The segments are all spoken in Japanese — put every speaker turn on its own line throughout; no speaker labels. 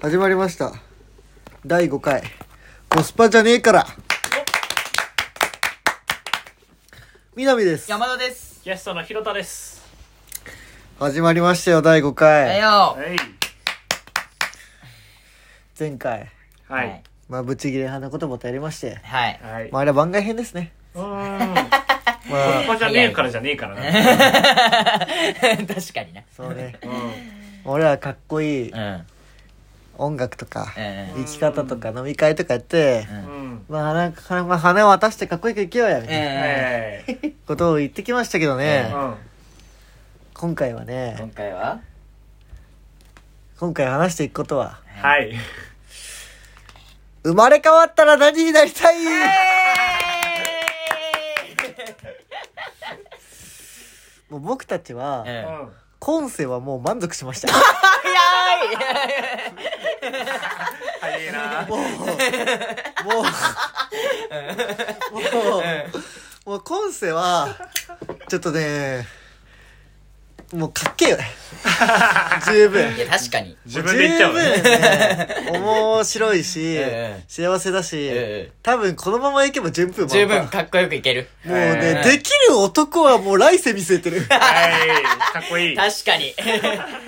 始まりました第5回コスパじゃねえから南です
山田です。
ゲストのひろたです。
始まりましたよ第5
だ
回
よ。
はい。
前回
はい。
まあぶち切れ派なこともとやりまして
はい。
はい。
まああれは番外編ですね
うーん。コ
まあ
スパじゃねえからじゃねえから な。
確かにな。
そうね
うん。
俺らかっこいい
うん。
音楽とか
うん
生き方とか飲み会とかやって
うん
うん。
まあなんか、まあ、花渡してかっこよく生きようやみたいな
え
ええ。
ことを言ってきましたけどね
うん。
今回は
ー
ね
今回は
今回話していくことは
はい。
生まれ変わったら何になりたいもう僕たちは、
うん。
う
や
ん。
今世はもう満足しました
早いな。
もうもうもうもう今世はちょっとねもうかっけえよね十分
いや、確かに。
自分で言っちゃうね。
十分ね面白いし、
ええ
幸せだし、
ええ
多分このままいけば順風満帆
十分かっこよくいける。
もうね、
ええ
できる男はもう来世見据えてる
はい。かっこいい。
確かに。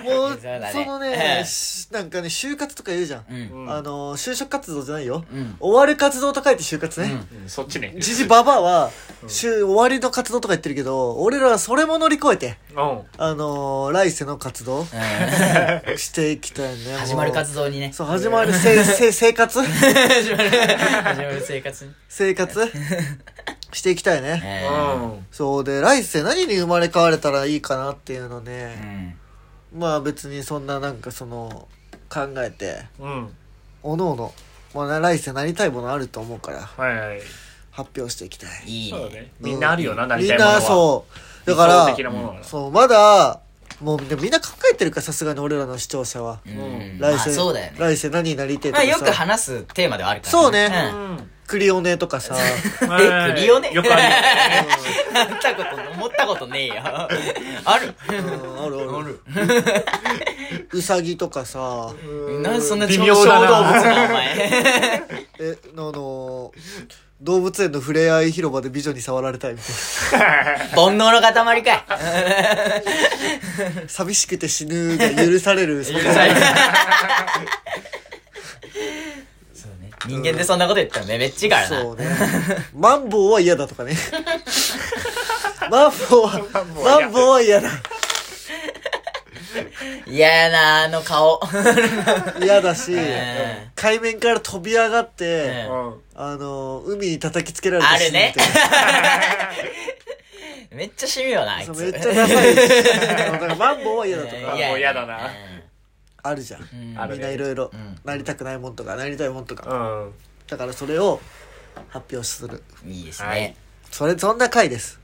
もう
そうだね
その
え
ね
え
しなんかね就活とか言うじゃん、
うん。
うん
あの就職活動じゃないよ、
うん
終わる活動と書いて就活ね、
うんそっちね。
じじばばあは、しゅ終わりの活動とか言ってるけど、俺らはそれも乗り越えて、
うん。
あのー来世の活動していきたいね。
始まる活動にね。
そう、始まる、せ、せ、生 活
始まる。始まる生 活に。
生活していきたいね。
えー
う
そうで、来世何に生まれ変われたらいいかなっていうの
う
ね、
ん。
まあ別にそんななんかその、考えて、
ん。うん。
おのおの、まあ来世なりたいものあると思うから、
はいはい。
発表していきたい。
いい
そうだ
ね。
ね。みんなあるよな、なり
み
た
ん
いもの
な
は。
そう。だから、
理想的なものは
そう、まだ、もうでもみんな考えてるから、さすがに俺らの視聴者は。
うん。ま
来
あ、
世、
そうだよね。
来世何になりてえと
まあ、
か
よく
さ、
話すテーマではあるから。
そうね
うん。
クリオネとか さ、
はい
クリオネ
よくあるよね。
うん。 なったこと、思ったことねえよ。 ある
うんあるある。 うさぎとかさ、
なんでそんな
微
超
妙
小動物
だな
なお前
え、あのー、動物園のふれあい広場で美女に触られたいみたい
煩悩の塊かい
な。寂しくて死ぬが許される。
許される そうね人間でそんなこと言ったらねめっちいからな
そうね。マンボウは嫌だとか ね。マンボウは、マンボウは嫌だ。
嫌やなあの 顔
嫌だし、
え
海面から飛び上がって、
え
うん。
あの海に叩きつけられて
あ
死
る
ぬみ
ね
たいな
めっちゃ死ぬよなあいつ
そうめっちゃダ サいしあの だからマンボウは嫌だと
え
か、
え
マンボウ嫌だな
あるじゃん、
うん
ある
みん
ね
ないろいろ
ん
なりたくないもんとかなりたいもんとか、
うん。
だからそれを発表する
いいです
は
ね
い
それそんな回です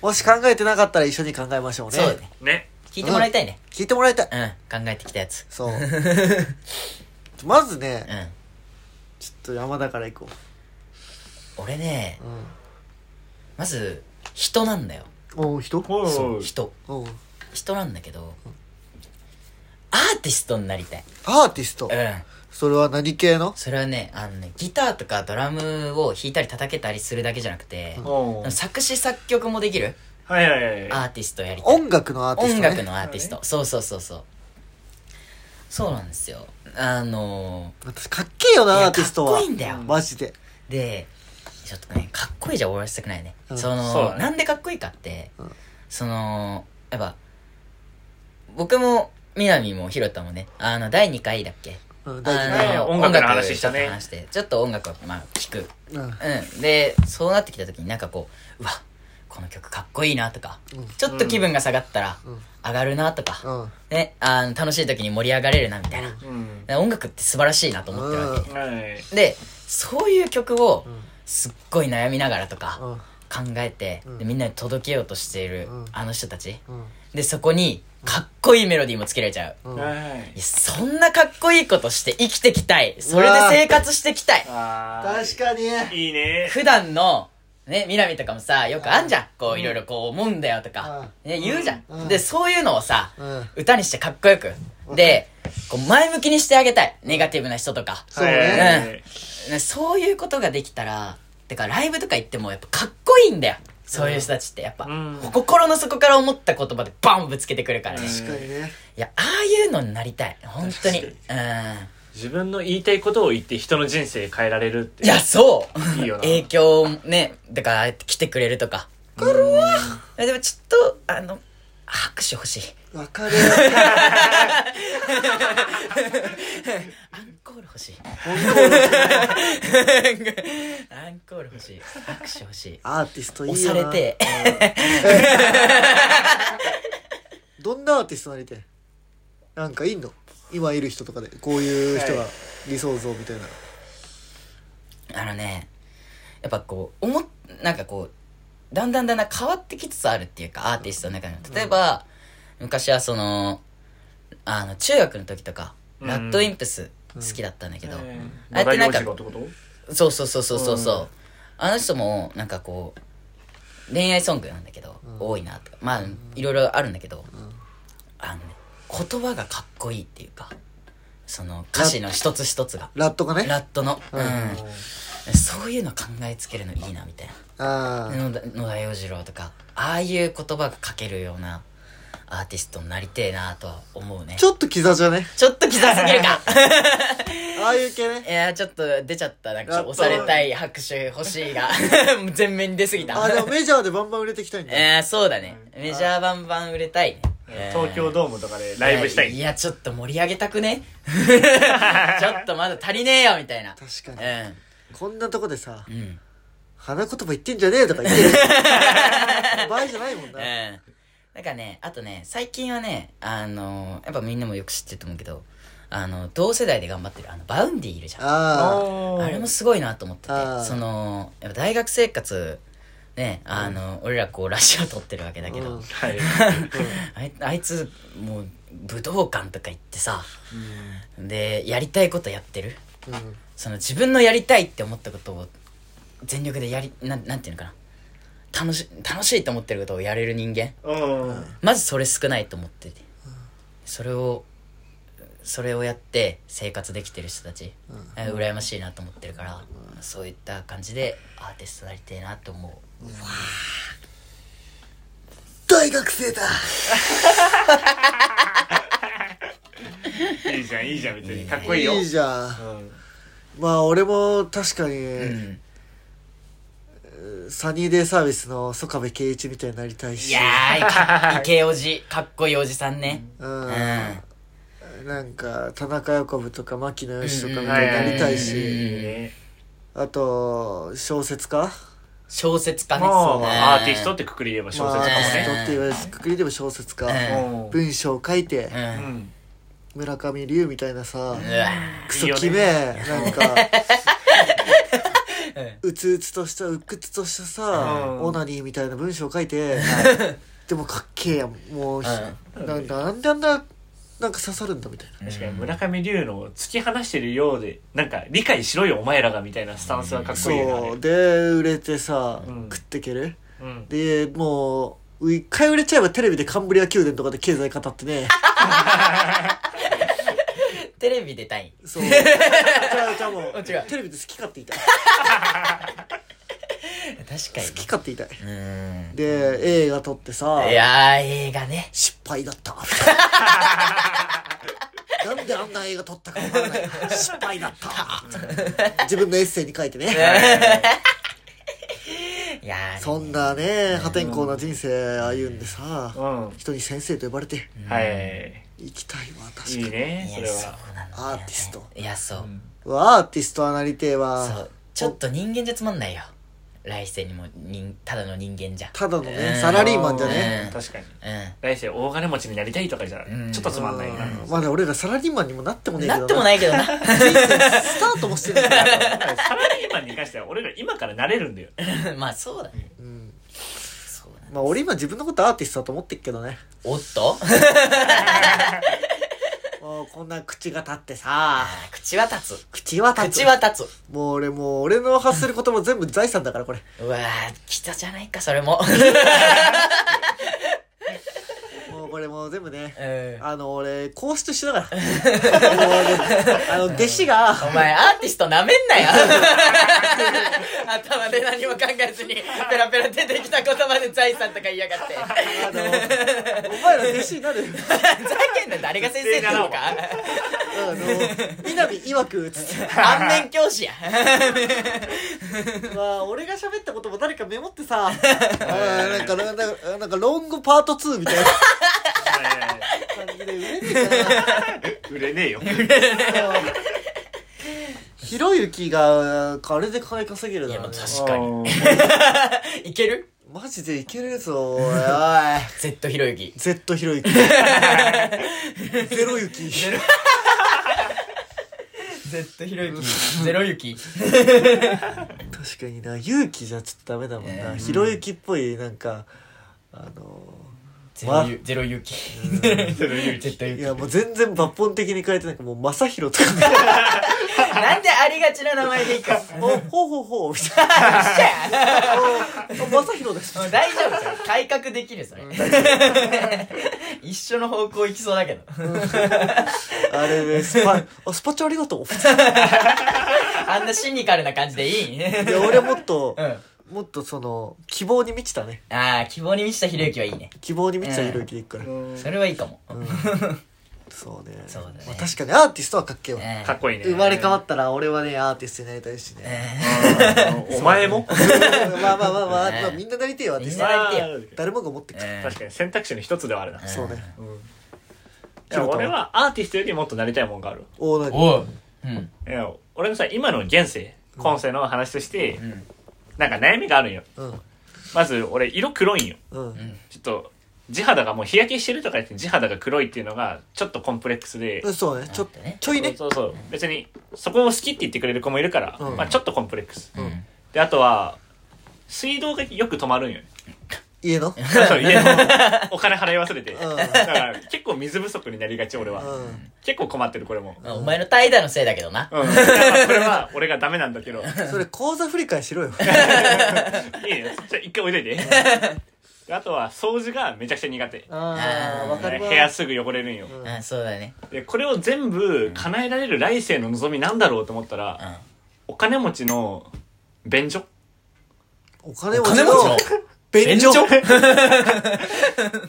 もし考えてなかったら一緒に考えましょうね
そうだね
ね。
聞いてもらいたいね
聞いてもらいたい、
うん考えてきた やつ
そう まずね、
うん
ちょっと山田から行こ
俺ね
う、うん、
まず人なんだよ
おう人
お
そう
う
人
おう
人なんだけどアーティストになりたい
アーティスト、
うん
それは何系の
それはねあのねギターとかドラムを弾いたり叩けたりするだけじゃなくて、
おう
作詞作曲もできる
はいはいはい。
アーティストやりたい
音楽のアーティス
音
ト、ね、
楽のアーティスト、そうそうそうそうそうなんですよあの
私かっけえよ
ー、い
な
や
アーティスト
かっ
は
こいいんだよ、
マジで
でちょっとねかっこいいじゃ終わらせたくないね、
うん
その
そうだね
なんでかっこいいかって、
うん
そのやっぱ僕も南もひろたもねあの第2回だっけ
うん大
あね
あの
音楽の話したね
音楽ちょっと話してちょっと音楽をまあ聞く
丈夫うん
うん、でそうなってきた時になんかこううわこの曲かっこいいなとか、
うん
ちょっと気分が下がったら
うん
上がるなとか、
うん
ね、あの楽しい時に盛り上がれるなみたいな、
うん。
音楽って素晴らしいなと思ってるわけ、
はい。
でそういう曲を
うん
すっごい悩みながらとか
うん
考えて、
うん
でみんなに届けようとしている
うん
あの人たち
うん
でそこにかっこいいメロディーもつけられちゃう、
うん
はい
いやそんなかっこいいことして生きてきたいそれで生活してきたい
あ
確かに
ーいいね。
普段の、ね、みなみとかもさ、よくあんじゃん。こう、いろいろこう思うんだよとか、ね、言うじゃん。
うん
で、そういうのをさ、
うん
歌にしてかっこよく、で、こう前向きにしてあげたい。ネガティブな人とか。
そうね
はい
ねそういうことができたら、てかライブとか行ってもやっぱかっこいいんだよ。そういう人たちってやっぱ、
うん
心の底から思った言葉でバンぶつけてくるからね。
うん
い
確かにね
や、ああいうのになりたい。本当に。うん。
自分の言いたいことを言って人の人生変えられるって
いや、そう
いいよな
影響をね、だから来てくれるとか。これはでもちょっと、あの、拍手欲しい。
わ かる
アンコール欲しい。
本当に
アンコール欲しい。拍手欲しい。
アーティストいいよ
押
な
されて、
どんなアーティストになりてえなんかいいの今いる人とかでこういう人が
はい
理想像みたいな、
あのね、やっぱこう、思っ、なんかこう、だんだんだんだん変わってきつつあるっていうか、アーティストの中でも。例えば、昔はその、あの、中学の時とか、
うん
ラッドインプス好きだったんだけど、
うん
あえてなんか
長いお仕事ってこと
そうそうそうそうそうそうう。あの人も、なんかこう、恋愛ソングなんだけど、多いなとか、まあ、いろいろあるんだけど、あのね、言葉がかっこいいっていうか、その歌詞の一つ一つが、
ラットがね
ラットの、う
うん
ん。そういうの考えつけるのいいなみたい
あ
な
ー
野田野田洋次郎とかああいう言葉が書けるようなアーティストになりてえなとは思うね
ちょっとキザじゃね
ちょっと刻すぎるか
ああいう系ね
いやーちょっと出ちゃったなんかちょっと押されたい拍手欲しいが全面に出すぎた
あでもメジャーでバンバン売れてきたいんだ
えー、そうだねメジャーバンバン売れたいねえー
東京ドームとかでライブしたい
いやちょっと盛り上げたくね ちょっとまだ足りねえよみたいな
確かに
う
こんなとこでさ
んうん
花言葉言ってんじゃねえとか言って る場合じゃないもんな、
うん。なんかね、あとね、最近はね、あのーやっぱみんなもよく知ってると思うけど、あの、同世代で頑張ってる、あの、バウンディいるじゃん。あ
あ
れもすごいなと思ってて
あー、
その、やっぱ大学生活、ね、あの、俺らこう、ラジオ撮ってるわけだけど、
うん
はい
あいあいつ、もう、武道館とか行ってさ、で、やりたいことやってる。
あ、うん、
その自分のやりたいって思ったことを全力でやり、なん、なんていうのかな。楽し、楽しいと思ってることをやれる人間。
うん
まずそれ少ないと思ってて、それをそれをやって生活できてる人たち、えー羨ましいなと思ってるから、そういった感じでアーティストなりてえなと思う
大学生だ
いいじゃんいいじゃん別にかっこいいよ
じゃん
うん
まあ俺も確かに、
うん
サニーデイサービスの曽我部圭一みたいになりたいし
いやーかイケおじかっこいいおじさんね
う
うんん、
なんか田中横部とか牧野よしとか
うん
み
は
たいに
は
なりたい
うんうん
し
うん
ね
あと小説家
小説家ね
ま
そうね
あアーティストってくくり言えば小
ま
説
あ
家
家
人
も
って言われるくくりでも小説家
うん
文章書いて
うん、う
も
ん
ね
村上龍みたいなさ
うわ
クソキメなんかうつうつとしたうっくつとしたさ
うん
オナニーみたいな文章書いて でもかっけえやんもうひなんかなんであんななんか刺さるんだみたいな
確かに村上龍の突き放してるようでなんか理解しろよお前らがみたいなスタンスはかっこいいよね
そうで売れてさ
うん
食ってける
あれうん
でもう一回売れちゃえばテレビでカンブリア宮殿とかで経済語ってね
テレビ出たい
そうじゃあじゃあもう
違う
テレビで好き勝手言いたい
確か
好き勝手言いたい
にうん
で映画撮ってさ
いやー映画ね
失敗だったなんであんな映画撮ったかわからない失敗だった自分のエッセイに書いてね
いやー
そんなね破天荒な人生歩んでさ
うん
人に先生と呼ばれて
はい
行きたいわ確
いい
か
ね
いや
それ
そう
は
なんだよ
アーティスト
いやそう、
にアーティストはなりてえ
そ
わ
うちょっと人間じゃつまんないよ来世にも人ただの人間じゃ
ただの
う
ね
ん
サラリーマンじゃね
うん
確かに
う
来世大金持ちになりたいとかじゃ
うん
ちょっとつまんないな
うんまだ俺らサラリーマンにもなってもね
ん
えけど
なってもないけどな
人生スタートもしてないから
だからサラリーマンに関しては俺ら今からなれるんだよ
まあそうだね
うん
そうだね
まあ俺今自分のことアーティストだと思ってっけ どね
おっと
もうこんな口が立ってさ
あ口は立つ
口は立つ
口は立つ
もう俺もう俺の発する言葉全部財産だ からこれ
うわー来たじゃないかそれも
もうこれもう全部ね、
うん
あの、俺、皇室と一緒 だから。もうねあの、弟子が、
お前アーティストなめんなよ 頭で何も考えずにペラペラ出てきた言葉で財産とか言いやがって
あの、お前ら弟子になる。
ふざけんな誰が先生なのか
あの、南曰く、つって。
反面教師や
まあ、俺が喋ったことも誰かメモってさ、あーなんか、なんか、なんか、ロングパート2みたいな感じで売れねえか な。
売れねえよ。
ひろゆきが、あれで金稼げるだろうね
いやまあ確かに
うん
いける
マジでいけるぞ、おい、おい。
Z ひろゆき
Z ひろゆき。ゼロゆき。
Z ひろゆきゼロゆき
確かにな、勇気じゃちょっとダメだもんな。
えー
ひろゆきっぽい、なんか、あの
ゼロゆゼロゆき ゼロゆき Z ゆ
い
き
や、もう全然抜本的に変えて、なんかもう、まさひろとか、
なんでありがちな名前でいくか
お、 ほうほうほう、みたいな。おまさひろです。
もう大丈夫それ改革できるそれ一緒の方向行きそうだけど
あれね、スパ、あ、スパチャありがとう。
あんなシニカルな感じでいい
いや、俺もっと
う、ん。
もっとその、希望に満ちたね。
ああ、希望に満ちたひろゆきはいいね。
希望に満ちた
ええ
ひろゆきでいくから。
それはいいかも。
そうね。
そうだね
まあ確かにアーティストはかっけえわ。
ええ
かっこいいね。
生まれ変わったら俺はね、アーティストになりたいしね。
え
うんお前も
まあまあまあまあ、
ええ
まあみんななりてえよ、アーティ
み
ス
ん
ト
な。やりてよ
あー
誰もが思ってくる。
ええ
確かに選択肢の一つではあるな。い
そうね。
や俺はアーティストよりもっとなりたいもんがある。
おー、なに
おう。うん。
いや俺のさ、今の現世、今世の話として
ん、
なんか悩みがあるんよ。
うん。
まず、俺、色黒いんよ。
うん。
ちょっと、地肌がもう日焼けしてるとか言って地肌が黒いっていうのが、ちょっとコンプレックスで
う、ん。そうね。ちょ
なんかね、
ちょいね。
そうそうそう別にそこを好きって言ってくれる子もいるから、
うん
まあ、ちょっとコンプレックス、
ん
であとは水道がよく止まるんよ ね
家の。う
そう家のお金払い忘れて、
ん
だから結構水不足になりがち俺は、
ん。
結構困ってるこれも、
まあお前の怠惰のせいだけどな。
うん、だからこれは俺がダメなんだ けどいい
それ、口座振り替えしろよ。
ねじゃあ一回おいといてであとは掃除がめちゃくちゃ苦手
あ
あ
あ、
ー
わかるわ。
部屋すぐ汚れるんよ、
ん
うん、そうだね。
でこれを全部叶えられる来世の望みなんだろうと思ったら、
うん。
お金持ちの便所
お金
お
持ち
金持
の
ちの
便所。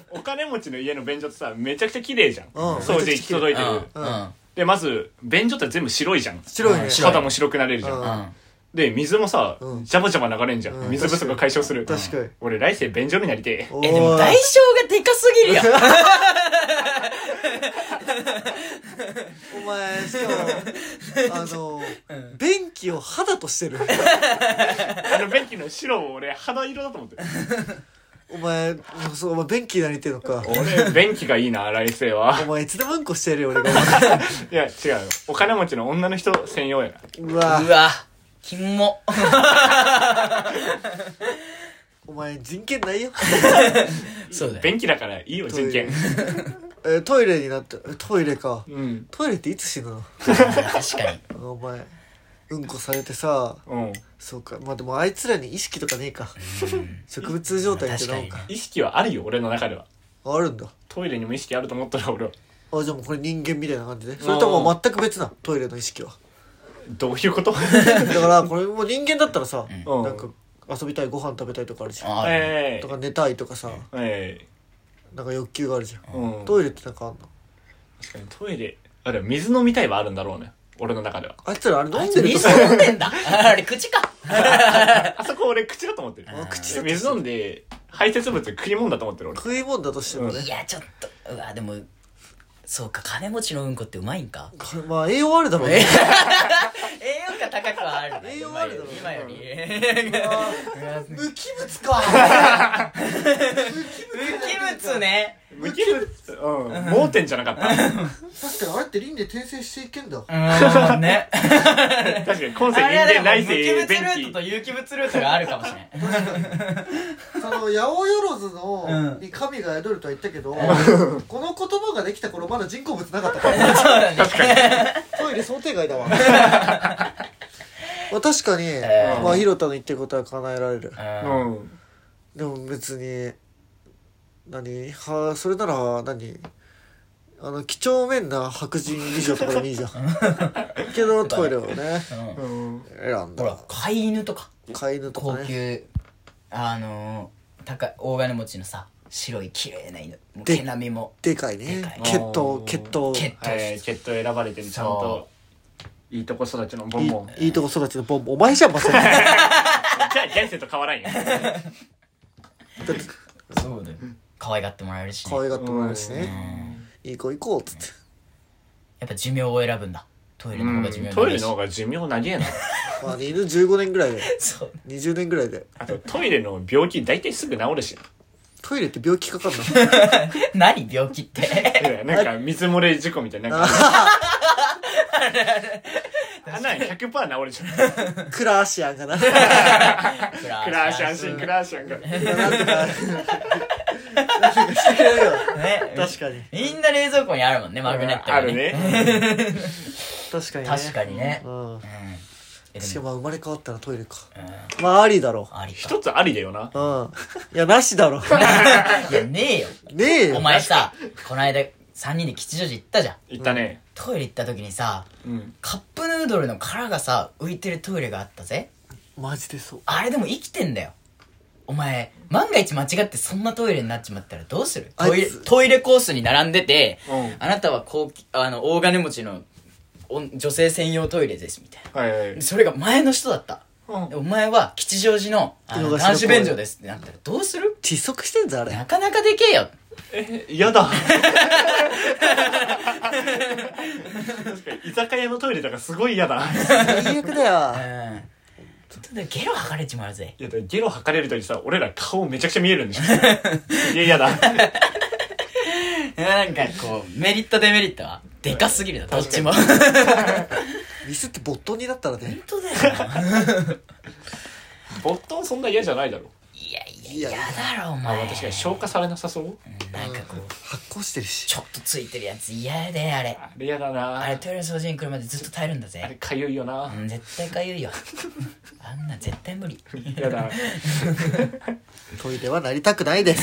お金持ちの家の便所ってさめちゃくちゃ綺麗じゃん、
うん
掃除行き届いてる、
うん。
でまず便所って全部白いじゃん
白いね
うん。白い
肌も白くなれるじゃん、
うん
うん。
で水もさ、
うん
ジャバジャバ流れんじゃん、
うん
水不足が解消する
確かに
うん俺来世便所になりてえ
お
え、でも
ー
代償がでかすぎるよ。
お前、しかも、あの、便器を肌としてる。
あの便器の白を俺肌色だと思ってる
お前、そう、お前、便器になりてえのか。
俺便器がいいな来世は
お前、いつでもうんこしてやるよ、俺が。
いや違うよお金持ちの女の人専用やな
うわ
うわ。キモ。
お前、人権ないよ。
そうだね。
便器だからいいよ人権
え、トイレになって、えトイレか。
うん
トイレっていつ死ぬの
確かに。
お前、うんこされてさ、
うん
そうか。まあ、でも、あいつらに意識とかねえか。植物状態ってなん
確か
か。
意識はあるよ俺の中では
あるんだ。
トイレにも意識あると思ったら俺は
あ、じゃあもうこれ人間みたいな感じで。それともう全く別な、トイレの意識は。
どういうこと
だから、これもう人間だったらさ、
うん
なんか、遊びたい、ご飯食べたいとかあるじゃん。
ああ。
ええ
とか寝たいとかさ、
ええ
なんか欲求があるじゃん。
うん、
トイレってなんかあんの
確かにトイレあでも水飲みたいはあるんだろうね俺の中では
あいつらあれ飲んでると
水
さ、
飲んでんだ。あれ、口か。
あそこ俺口だと思ってる
あ口だ
で
と
水飲んで排泄物食い物だと思ってる俺
食い物だとしてもね
い。や、ちょっと。うわ、でも、そうか、金持ちのうんこってうまいんか。
これまあ、栄養あるだろうね。
栄養価高くはあるね
栄養あるだろう
今より
無機物か
無機物ね
無機物うん盲点じゃなかった
確かにあれって輪廻転生していけんだ。
うーんね
確かに今世
あれはで
人
も
間
無
来
機物
世
ルー
便
トと
器
有機物ルートがあるかもしれん
その、八百万の、
うん
に神が宿るとは言ったけど、この言葉ができた頃まだ人工物なかったから。
確かに
トイレ想定外だわ。まあ確かに、
え
まあ、ひろたの言ってることは叶えられる。
うん
うん
でも別に、何はそれなら何あの几帳面な白人以上とかでもいい じゃんけどトイレをね
うん
うん
選ん
ほら
だ
飼い犬とか
飼い犬と
高
かね
級あのー高い大金持ちのさ白い綺麗な犬もう毛並みも
でかい
で
ね
かい
血統血統
血
はい血統選ばれてるちゃんと
そ
いいとこ育ちのボンボン
いいいいとこ育ちのボンボンお前じゃんまさにだ
じゃあ現世と変わらんやん
って
そうだよ可愛がってもらえるしね、
可愛がってもらえるし
う
ね
ん
いい子行こうっつって
やっぱ寿命を選ぶんだトイレ
う
の方が寿
ん
命
トイレ
し
の方が寿命長えな
まあ犬15年ぐらいで
そう
20年ぐらいで
あとトイレの病気大体すぐ治るし
トイレって病気かかんの
何病気って
なんか水漏れ事故みたいななんかあんなん100%治るじゃん
クラーシアンかな
クラ
クラーシャンシンクラーシャンが
なんとかなんとかしてくれるよ
ね
確かに
みんな冷蔵庫にあるもんねマグネットが
あるね
確かにね
確かにね
うん
うんえ
し
で
か
も
も生まれ変わったらトイレか
うん
まあありだろ
ありか
一つありだよな
ううんいやなしだろ
いやねえよ
ねえよ
お前さこの間3人で吉祥寺行ったじゃん
言ったね
トイレ行った時にさ
うん
カップヌードルの殻がさ浮いてるトイレがあったぜ
マジでそう
あれでも生きてんだよお前万が一間違ってそんなトイレになっちまったらどうする
あい
トイレ
つ
トイレコースに並んでて、
うん
あなたは高級あの大金持ちのお女性専用トイレですみたい
はいはい
なそれが前の人だった
うん
でお前は吉祥寺のあの
洋菓子の
男子便所ですってなったらどうする
窒息してんぞあれ
なかなかでけえよ
え嫌だ確かに居酒屋のトイレとかすごい嫌だ
最悪だ
う
よ
んちょっとでゲロ吐かれちまう ぜ
いやだからゲロ吐かれるときさ俺ら顔めちゃくちゃ見えるんでしょすげえ嫌だ
なんかこうメリットデメリットはでかすぎるなどっちも本
ミスってボットになったらね
当だよな
ボットンそんな嫌じゃないだろ
いやい
いや
や
い
嫌
や
だろお
まあ
前
確かに消化されなさそう
なんかこう
発光してるし
ちょっとついてるやつ嫌であれ
あれ嫌だな
あれトイレ掃除に来るまでずっと耐えるんだ
あれ
ぜ
かゆいよな
うん絶対かゆいよあんな絶対無理
嫌だ
トイレはなりたくないです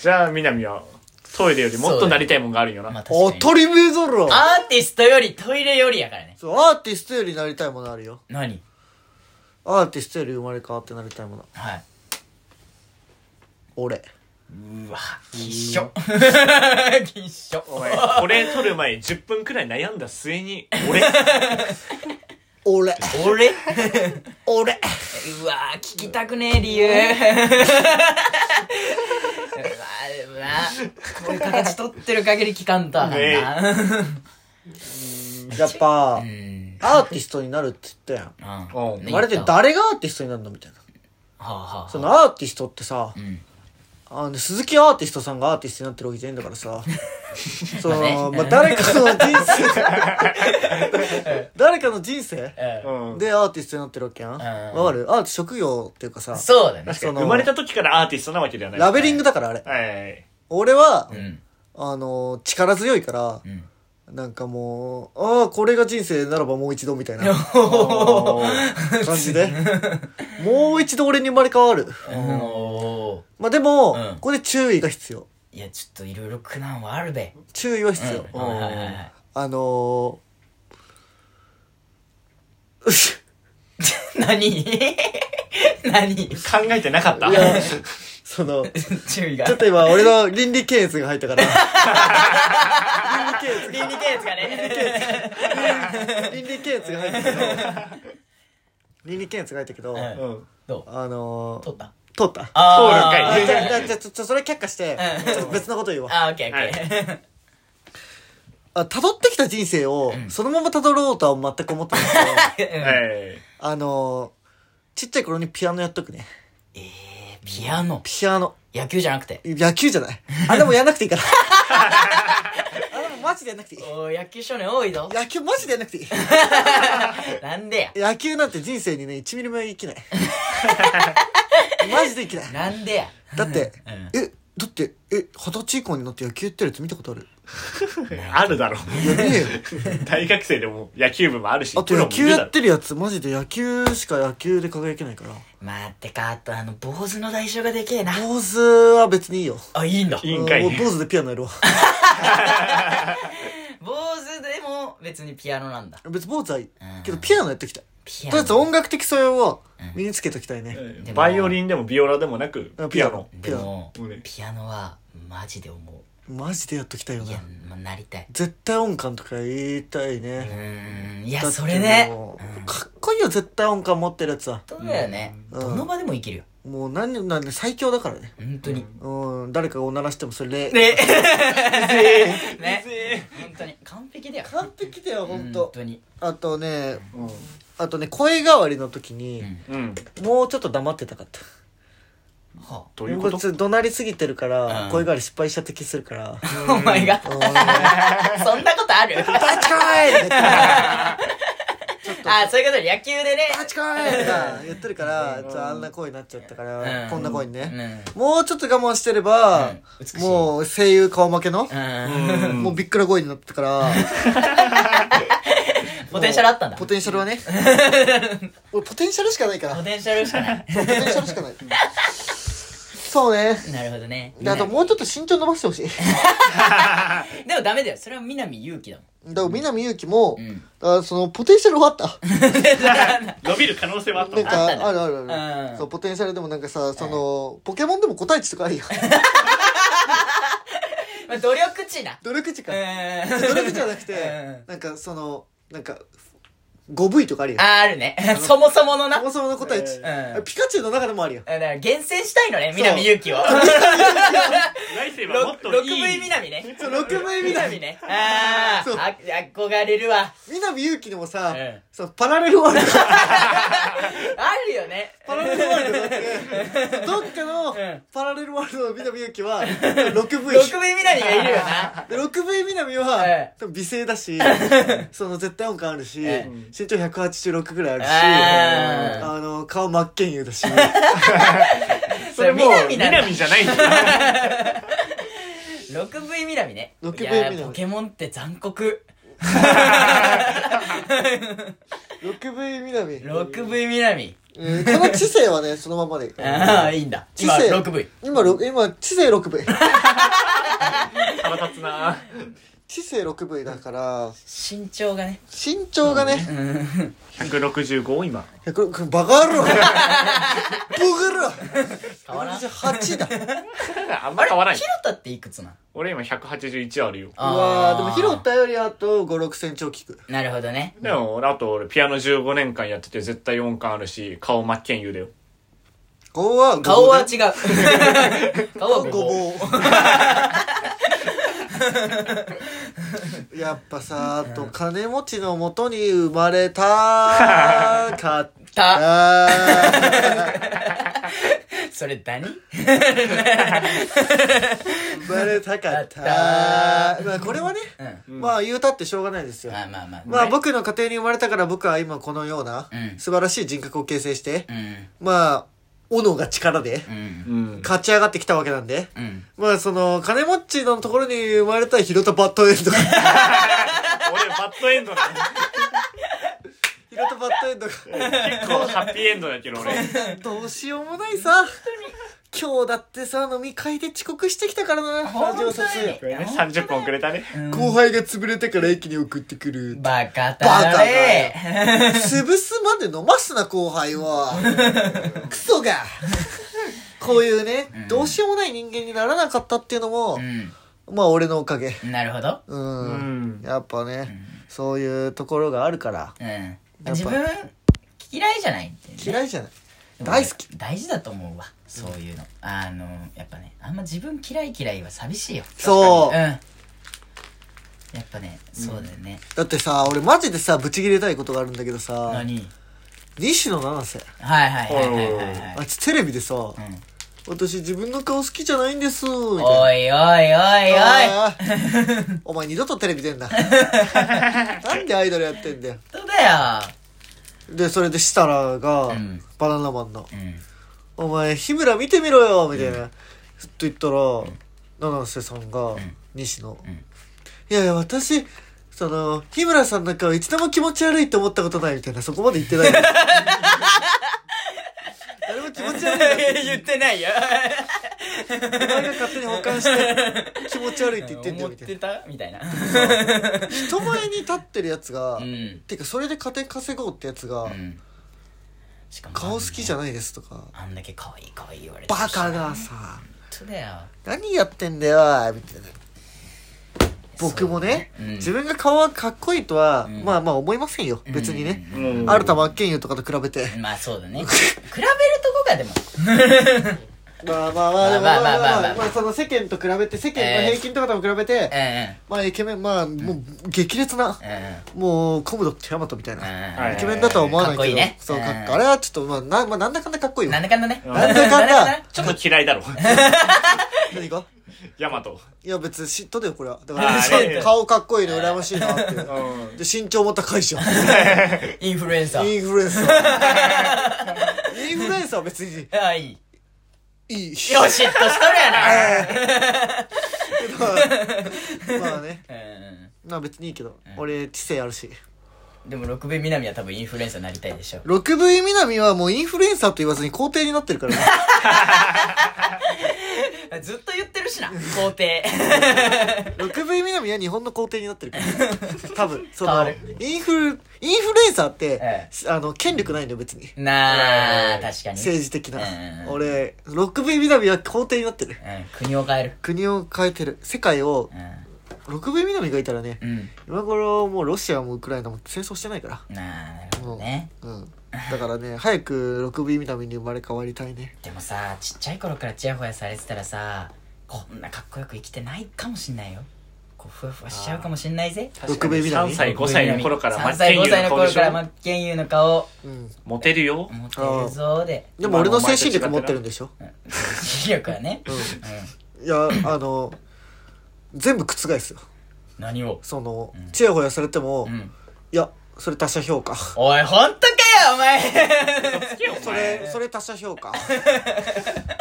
じゃあ南はトイレよりもっとなりたいもんがあるよな、
まあ確
当
かに
たり前だろ
アーティストよりトイレよりやからね
そうアーティストよりなりたいものあるよ
何
アーティストより生まれ変わってなりたいもの
はい
俺
うわきっしょ きっしょ
お前これ撮る前10分くらい悩んだ末に俺
俺
俺
俺
うわ聞きたくねえ理由うわでもなこういう形取ってる限り聞かんとあかんな、
やっぱ
うん
アーティストになるって言ったやん
うん
うん
あれって誰がアーティストになるのみたいな
はあは
そのアーティストってさ
あうん
あの鈴木アーティストさんがアーティストになってるわけじゃないんだから さそ
まあね
の、まあ、誰かの人 生誰かの人生
うん
うん
でアーティストになってるわけやんわかるアーティ職業っていうかさ
そうだね
確かに
その
生まれた時からアーティストなわけではない
ラベリングだからあれ
はい
俺は
うん
あの力強いから
うん
なんかもうああこれが人生ならばもう一度みた いな
おー
感じでもう一度俺に生まれ変わる
お
まあでも、
うん
ここで注意が必要
ーいやちょっといろいろ苦難はあるべ
注意は必要、
うんはいはいはい
あのー
何 何
考えてなかった
その
注意が
ちょっと今俺の倫理検閲が入ったから倫理
倫理検閲がね
検閲倫理検閲が入ったけ ど倫理検閲が入ったけど、
うん
うん
どう
あの
通
ー、
った
通った
あ
通
あ
るん
じ
かい
ゃあじゃあじゃあちょちょそれ却下して、
うん
ちょっと別のこと言うわ
あーオッケーオ ッケー
あ辿ってきた人生を、そのまま辿ろうとは全く思ってないけど
はい
あのー、ちっちゃい頃にピアノやっとくね
えーピアノ
ピアノ
野球じゃなくて
野球じゃない。あれもやんなくてい いから。あれもマジでやんなくていい。
おー野球少年多いぞ
野球マジでやんなくていい。
なんでや
野球なんて人生にね、1ミリも生 きない。マジで生きない。
なんでや
だって
うん、
え、だって、え、二十歳以降になって野球やってるやつ見たことある
あるだろ
いやねえよ
大学生でも野球部もあるし
あと
プロ
野
もい
球
るだ
や
ろ
ってるやつマジで野球しか野球で輝けないから
まあてかあとあの坊主の代償がでけえな
坊主は別にいいよ
あいいんだ
いいんかい
うんもう坊 主でピアノやるわ
坊主でも別にピアノなんだ
別に坊主はいい
うん
けどピアノやってきたい
ピ
と
ア
りあえ
ノ
ず音楽的素養を身につけときたいね、
でも
バイオリンでもビオラでもなく
あ
ピアノ
でも
ピアノ俺
ピアノはマジで思
マジでやっときたいよ
ういや
な、
まあ、なりたい
絶対音感とか言いたいうね、
ーんいや
だって
それね
もうかっこいいよ絶対音感持ってるやつは
そうだよね、
うん
どの場でもいけるよ
もう何なんで最強だからね
本当に、
うん誰かがおならしてもそれ
ねね本当に完璧だよ
完璧だよ本当
本。当に
あとね
うん
あとね声変わりの時に、
ん
うん
もうちょっと黙ってたかった
は
どういうこと
別に怒鳴りすぎてるから、
うん
声変わり失敗した時するから
あお前 がそんなことある
「立ち来い!」って
あそういうことで野球でね
「立ち来い!」とか言ってるからちょっとあんな声になっちゃったから、
うん
こんな声にね、
ね
もうちょっと我慢してれば、
うん美しい
もう声優顔負けの
う、ん
うん
もうびっくら声になったから
ポテンシャルあったんだ
ポ
ポ
テンシャルは ね俺ポテンシャルしかないから
テンシャルしかない
そうポテンシャルしかないそうね
なるほどね
であともうちょっと身長伸ばしてほしいだ
でもダメだよそれは南勇気だも
から南祐希も、
ん
だからそのポテンシャルはあった
伸びる可能性はあった
なん
の
か
あ
あ
ったね
るあるあ
うん
るそうポテンシャルでもなんかさそのポケモンでも個体値とかあるよ
んまあ努力値な
努力値か
うん
努力じゃなく
う
て
ん
なんかそのなんか 5V とかあるよ
あるねそもそものな
そもそもの個体値
うん
ピカチュウの中でもあるよ
だから厳選したいのね南勇気を
来世はもっとい
6V
い
南ね
そう6名みたい
南ねあ
そう
あ憧れるわ
南祐希でもさ
うん
そうパラレルワールド
あるよね
パラレルワールドだって どっかの
ん
パラレルワールドの南祐希 は 6V
6名南がいるよな
で 6V 南
え
は多分美声だ しその絶対音感あるし
え
身長186ぐらいあるし
あー
あの顔真っ健優だ し
それ
もう
南なんだ
南じゃないんだ
6V 南ね
6V
いや
南
ポケモンって残酷
6V 南
6V 南
うんこの知性はねそのまま でいい
ああいいんだ今
知性
6V
今ろ今知性 6V
腹立つな
知性 6V だから
身長がね
身長がね、
165今
いやこれこれバカ野 郎バカ
変わらん
野郎8だ
あんま変わらない
ヒロタっていくつなの
俺今181ある
う
よ
わー
あ
でもヒロタよりあと56センチ大きく
なるほどね
でも俺あと俺ピアノ15年間やってて絶対音感あるし顔真剣佑だよ
顔はごぼうだよ
顔は違う顔はご
ご
ぼう
ぼう やっぱさあと金持ちのもとに生まれたかったた
それ何
生まれたかったまあこれはね、まあ言うたってしょうがないですよ
まあまあまあ
まあ僕の家庭に生まれたから僕は今このような
うん
素晴らしい人格を形成して
う、ん
まあ斧が力で
うん
うん
勝ち上がってきたわけなんで、
うん
まあその金持ちのところに生まれたヒロタバッドエンドが
俺バッドエンドなの
ヒロタバッドエンドが
結構ハッピーエンドだけど俺
どうしようもないさ今日だってさ飲み会で遅刻してきたからなラジオ撮影
これね30分遅れたね
後輩が潰れたから駅に送ってくる
バカ
バカ
だ
だ
ね
よ潰すまで飲ますな後輩はクソがこういうね、どうしようもない人間にならなかったっていうのも、まあ俺のおかげ
うんなるほど
うん、
うん
やっぱね、そういうところがあるから
うん
ぱ
自分嫌いじゃないってね
嫌いじゃない大好き
大事だと思うわそういうのあのやっぱねあんま自分嫌い嫌いは寂しいよ
そううん
やっぱねそうだよね
だってさ俺マジでさブチ切れたいことがあるんだけどさ
何
西野七瀬
はいはいはいはいはい
あ
はい
いつテレビでさ、
ん
私自分の顔好きじゃないんですみたいな
おいおいおいおい
あー お前二度とテレビ出んな なんでアイドルやってんだよ
本当だよ
でそれで設楽が、
ん
バナナマンの「
うん
お前日村見てみろよ」みたいな、ずっと言ったら、七瀬さんが、西野、いやいや、私、その、日村さんなんかはいつでも気持ち悪いと思ったことないみたいな、そこまで言って ない。誰も気持ち悪いなんて
言ってないよ
お前が勝手に保管して、気持ち悪いって言ってんだ
思
よ、
っ
みたいな
て。たみたいな
人前に立ってるやつが、
うん
てかそれで金稼ごうってやつが、
うんしかも
顔好きじゃないですとか、
あんだけ可愛い可愛い言われて
バカ
本
がさ、
当だよ
何やってんだよ、みたいな。僕もね、
そうだねうん
自分が顔はかっこいいとは、
ん
まあまあ思いませんよ、別にね。
うん
うん
新田真剣佑とかと比べて。
まあそうだね比べるとこがでも
まあまあまあ、でも
ま
ま
あ
あ
ま
まあ
あまあまあ
まあ、まあその世間と比べて、世間の平均とかとも比べて、
うんうん
まあイケメン、まあもう激烈な、
うんうん
もうコムドットヤマトみたいな。
うん
イケメンだとは思わないけど、
かっこいいね
そう、かっこ
うん
あれはちょっと、まあ、な、まあ、なんだかんだかっこいいよ。
なんだかんだね
なんだかんだ
ちょっと嫌いだろ
何が
ヤマト
いや、別に嫉妬だよ、これは。だか
あ
ら、
ー
そう
あれ
顔かっこいいの羨ましいなっていう。
うん
で、身長も高い じゃん。
インフルエンサー
インフルエンサー。インフルエンサーは別に
あいいよ
いい。
嫉妬しとるやな
まあね。
うん
まあ別にいいけど。俺、知性あるし。
でも六部みなみは多分インフルエンサーになりたいでしょ
6部みなみはもうインフルエンサーと言わずに皇帝になってるからね。
ずっと言ってるしな皇帝
6部みなみは日本の皇帝になってるから多分そ
変わ
の
る
インフルインフルエンサーって、
え
あの権力ないんだよ別に
なあ
うん
確かに
政治的な、
うん
俺6部みなみは皇帝になってる
うん国を変える
国を変えてる世界を
う
6部みなみがいたらね
んうん
今頃もうロシアもウクライナも戦争してないから
なあなるほどね
うんだから ね早く6部みなみに生まれ変わりたいね
でもさちっちゃい頃からちやほやされてたらさこんなかっこよく生きてないかもしんないよこうふわふわしちゃうかもしんないぜ
六部みなみ
3歳5歳の頃からマ
3
ッケ
歳
ンユ
5歳の
ーの顔で
頃
し
からマ
ょ
ッケンユーの顔
うん
モテるよ
持ってるぞーで
でも俺の精神力持ってるんでしょ
視力はね、うん、
いやあの全部覆すよ
何を
そのちやほやされても、
うん
いや、それ他者評価。
おい本当かよお前
好きよ
それ、それ他者評 価。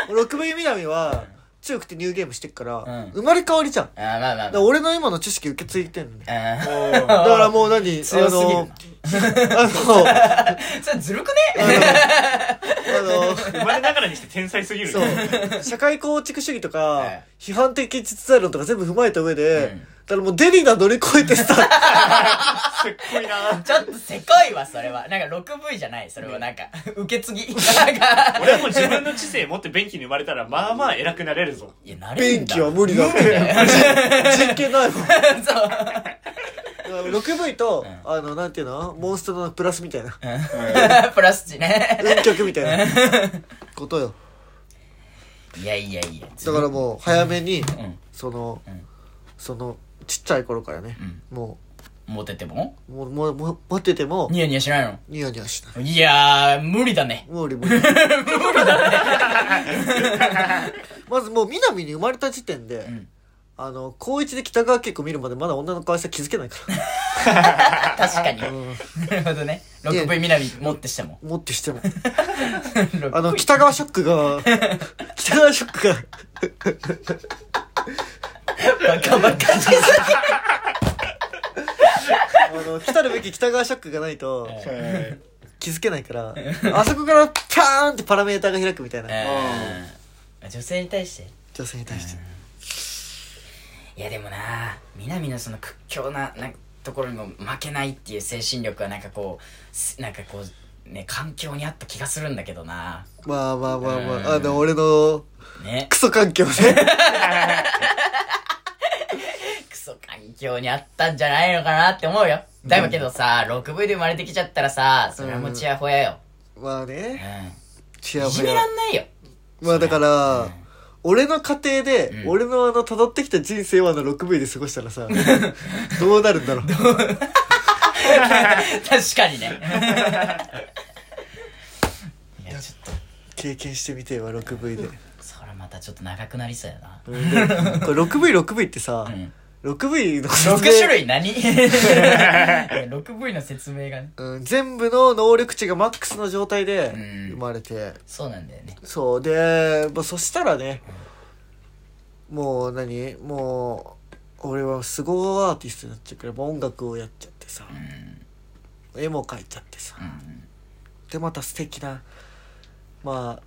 六名南は、強くてニューゲームしてっから、
うん
生まれ変わりじゃん。だか
あーまあまあ
ら
ま
俺の今の知識受け継いでんね。
ああ
お前
だからもう何
強すぎる
あの、あ
ーそれずるく
の、
ね
あ
生まれながらにして天才すぎる
の、そう、社会構築主義とか
え、
批判的実在論とか全部踏まえた上で、
うん
だからもうデリダ乗り越えてさ、
すっごいな
ちょっとせこいわそれはなんか 6V じゃないそれはなんか受け 継ぎなんか
俺も自分の知性持って便器に生まれたらまあまあ偉くなれるぞ
いやなれる
便
んだ
器は無理だって。実験ないもん。
そう
6V と、あの、なんていうのモンストロのプラスみたいな。
プラスチね
運曲みたいなことよ
いやいやいや
だからもう早めに、
ん
その、
ん
そのちっちゃい頃からね、も
モテても
うもうもうもう待ってても
ニヤニヤしない
ニヤニヤしない
のいやー無理だね
もう俺もう まずもう南に生まれた時点で、
ん
あの高一で北川景子見るまでまだ女の可愛さ気づけないから
確か になるほどね 6V みなみ持ってして も
持ってしても
6V
あの北川ショック が北川ショックが
バカバカしい
あの来たるべき北川ショックがない と気づけないからあそこからパーンってパラメーターが開くみたいな
うん女性に対して
女性に対して
いやでもな南のその屈強ななんかところにも負けないっていう精神力はなんかこうすなんかこうね環境にあった気がするんだけどな
まあまあまあまああの俺の
ね
クソ環境ね
クソ環境にあったんじゃないのかなって思うよだいぶけどさ 6V で生まれてきちゃったらさそれはもうちやほやよ、
まあ
う
ね
ん、
ちや
いじ
ほ
め
や
らんないよ
まあだから俺の家庭で、
うん
俺のあの辿ってきた人生をあの 6V で過ごしたら さどうなるんだろう
確かにねいやちょっ
経験してみてえわ 6V で
とそれまたちょっと長くなりそうやな、
うんでこれ 6V6V ってさ
う、ん、
6V の説明
6種類何 ?6V の説明がね
うん、全部の能力値がマックスの状態で
うん
生まれて、
そうなんだよね
そうで、まあ、そしたらねもう何も俺はすごいアーティストになっちゃうからもう音楽をやっちゃってさ、絵も描いちゃってさ、でまた素敵なまあ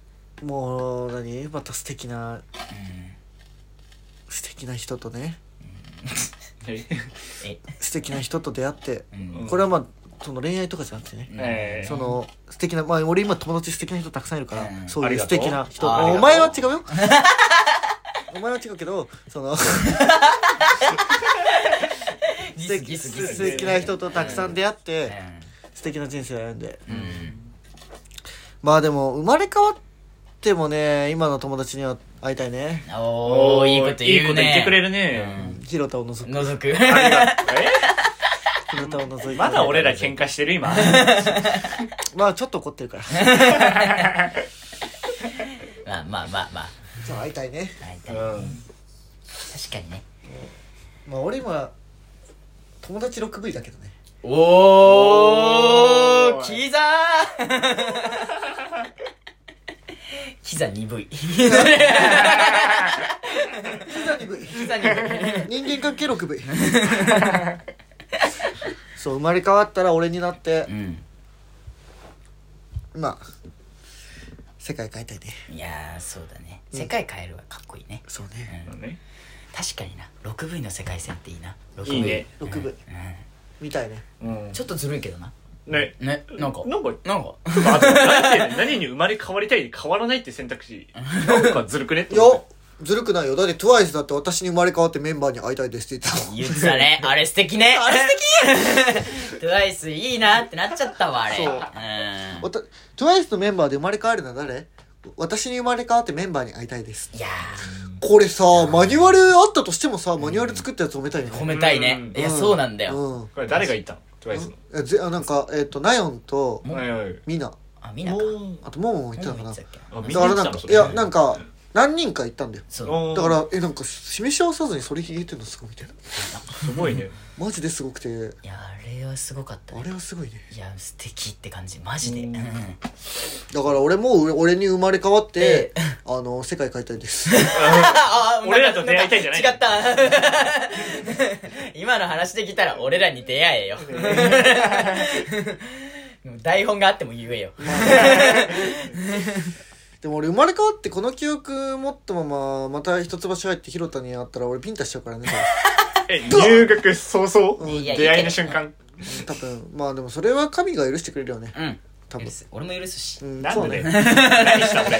もう何また素敵な、素敵な人とね
え
え、
素敵な人と出会って、
うん
これはまあその恋愛とかじゃなくてね、
え
その素敵なまあ俺今友達素敵な人たくさんいるから、
うん
そう
あ
い
り
う
が
素
とう
敵な人
あーありがとう
お前は違う よお前は違うけどその
ギ
素
ス
敵
ギスギス
素敵な人とたくさん出会って素敵な人生を歩んで
うん
まあでも生まれ変わってもね今の友達には会いたいね
うんおーいいこと
いい
言う
こと言
ね
ってくれるね、
ひろたを除く
覗く
ひろたを除いて
えまだ俺ら喧嘩してる今
まあちょっと怒ってるから
まあまあまあまあ
じゃあ会いたいね
はい確
うん
かにね
まあ俺今友達 6V だけどね
お
お
お
ー
キザーキザ鈍いキザ鈍い
人間関係 6V そう生まれ変わったら俺になって
うん
まあ世界変えたいね
いやーそうだね世界変えるはかっこいいね
そうね
ね
確かにな 6V の世界線っていいな 6V
いいね
6V みたいね
うん
ちょっとずるいけどな
ね
ねなんか
なんか
なんか
ちょっとあと何て何に生まれ変わりたいに変わらないって選択肢なんかずるくねって思っ
よずるくないよだって TWICE だって私に生まれ変わってメンバーに会いたいですって言ってたもん
言ってた ねあれ素敵ねあれ素敵 TWICE いいなってなっちゃったわあれ
そう
うん
わた TWICE のメンバーで生まれ変わるのは誰私に生まれ変わってメンバーに会いたいです
いや
これさマニュアルあったとしてもさマニュアル作ったやつ褒めたいね
ー褒めたいね
うん
いやそうなんだよ
うん
これ誰が言ったの ?TWICE
えぜあなんかえっ、とナヨンと
の。はいはい。
ミナ
あみんなか
も
あとモンモン行ったのか
もう
な
言ってたっけ
う、あみん
だか
な
ら
言
なん
ってたの
か
そ
い
れ
やなんか何人か行ったんだよ
そう
だからえなんか示し合わさずにそれ引いてるのすごいみたいな
すごいね。
マジですごくて
いやあれはすごかった
あ
ね
れはすごいね
いや素敵って感じマジで
うん
うん
だから俺もう俺に生まれ変わって、あの世界変えたいです
ああ
俺らと出会いたいんじゃない
違った 今の話できたら俺らに出会えよ もう台本があっても言えよ
でも俺生まれ変わってこの記憶持ったまままた一橋入って広田に会ったら俺ピンタしちゃう からね
え、 入学早々
いや
出会いの瞬間。
多分まあでもそれは神が許してくれるよね
うん
多分
許す俺も許すし
うん
な
そうん
で
ね
ね何した俺。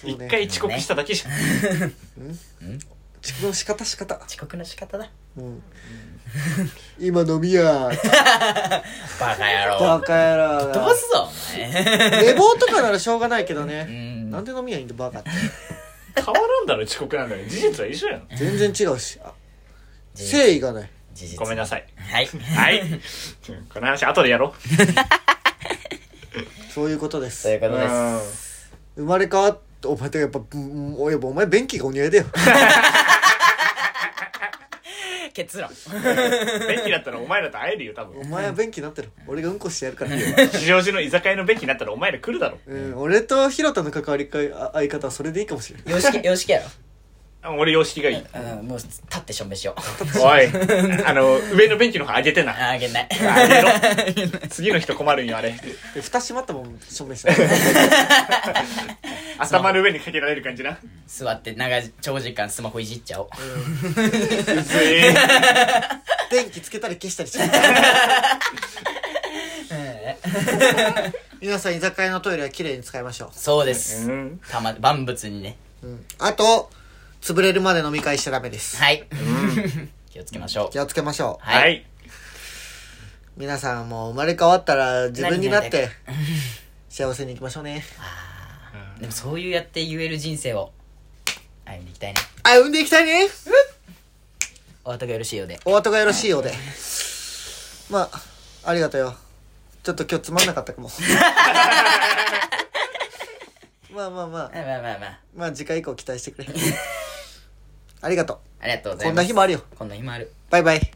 そう
一
ね
回遅刻しただけじゃん。
遅刻の仕方仕方
遅刻の仕方だ
うん今飲みや
バカ野
バ
郎
カ野郎
飛
が
ばすぞお前
寝坊とかならしょうがないけど
う
ね
ん
なんで飲みやいいんだバカって
変わらんだろ、遅刻なんだよ。事実は一緒やん。
全然違うしあ
事実
誠意がない
事実
ごめんなさい。
はい
はい。この話後でやろう。
そういうことです
ということです
生まれ変わってお前ってやっぱうんおやっぱお前便器がお似合いだ よ
結論
ベッキだったらお前らと会えるよ、多
お
分。
前は便器になってる俺がうんこしてやるから
吉祥寺の居酒屋のベッキだったらお前ら来るだろ。
うん俺と広田の関わりかあ相方はそれでいいかもしれない
様式様式やろ
あ俺様式がいい。
うんもう立って証明しよう
おい、あの、上のベンチの方上げてな。
ああげない
あげろ。次の人困るんよ、あれ。
で蓋閉まったもん証明 した
頭の上にかけられる感じな。
座って長い長時間スマホいじっちゃおう
うぜえ
電気つけたり消したり しない 皆さん居酒屋のトイレは綺麗に使いましょ
そうです
うん
たま万物にね
う、うん、あと潰れるまで飲み会しちゃダメです
はい 気をつけましょう
気をつけましょう
は
はいい。
皆さんもう生まれ変わったら自分になっ
何
て幸せにいきましょうね
でもそういうやって言える人生を歩んでいきたいね
歩んでいきたいね
お後がよろしいようで
お後がよろしいようでまあありがとうよちょっと今日つまんなかった かもまあまあまあ
まあまあまあまあ
まあ次回以降期待してくれありがと
ありがとう
う
ござい
こん
ま
な
す
日もあるよ
こんな日もある
バイバイ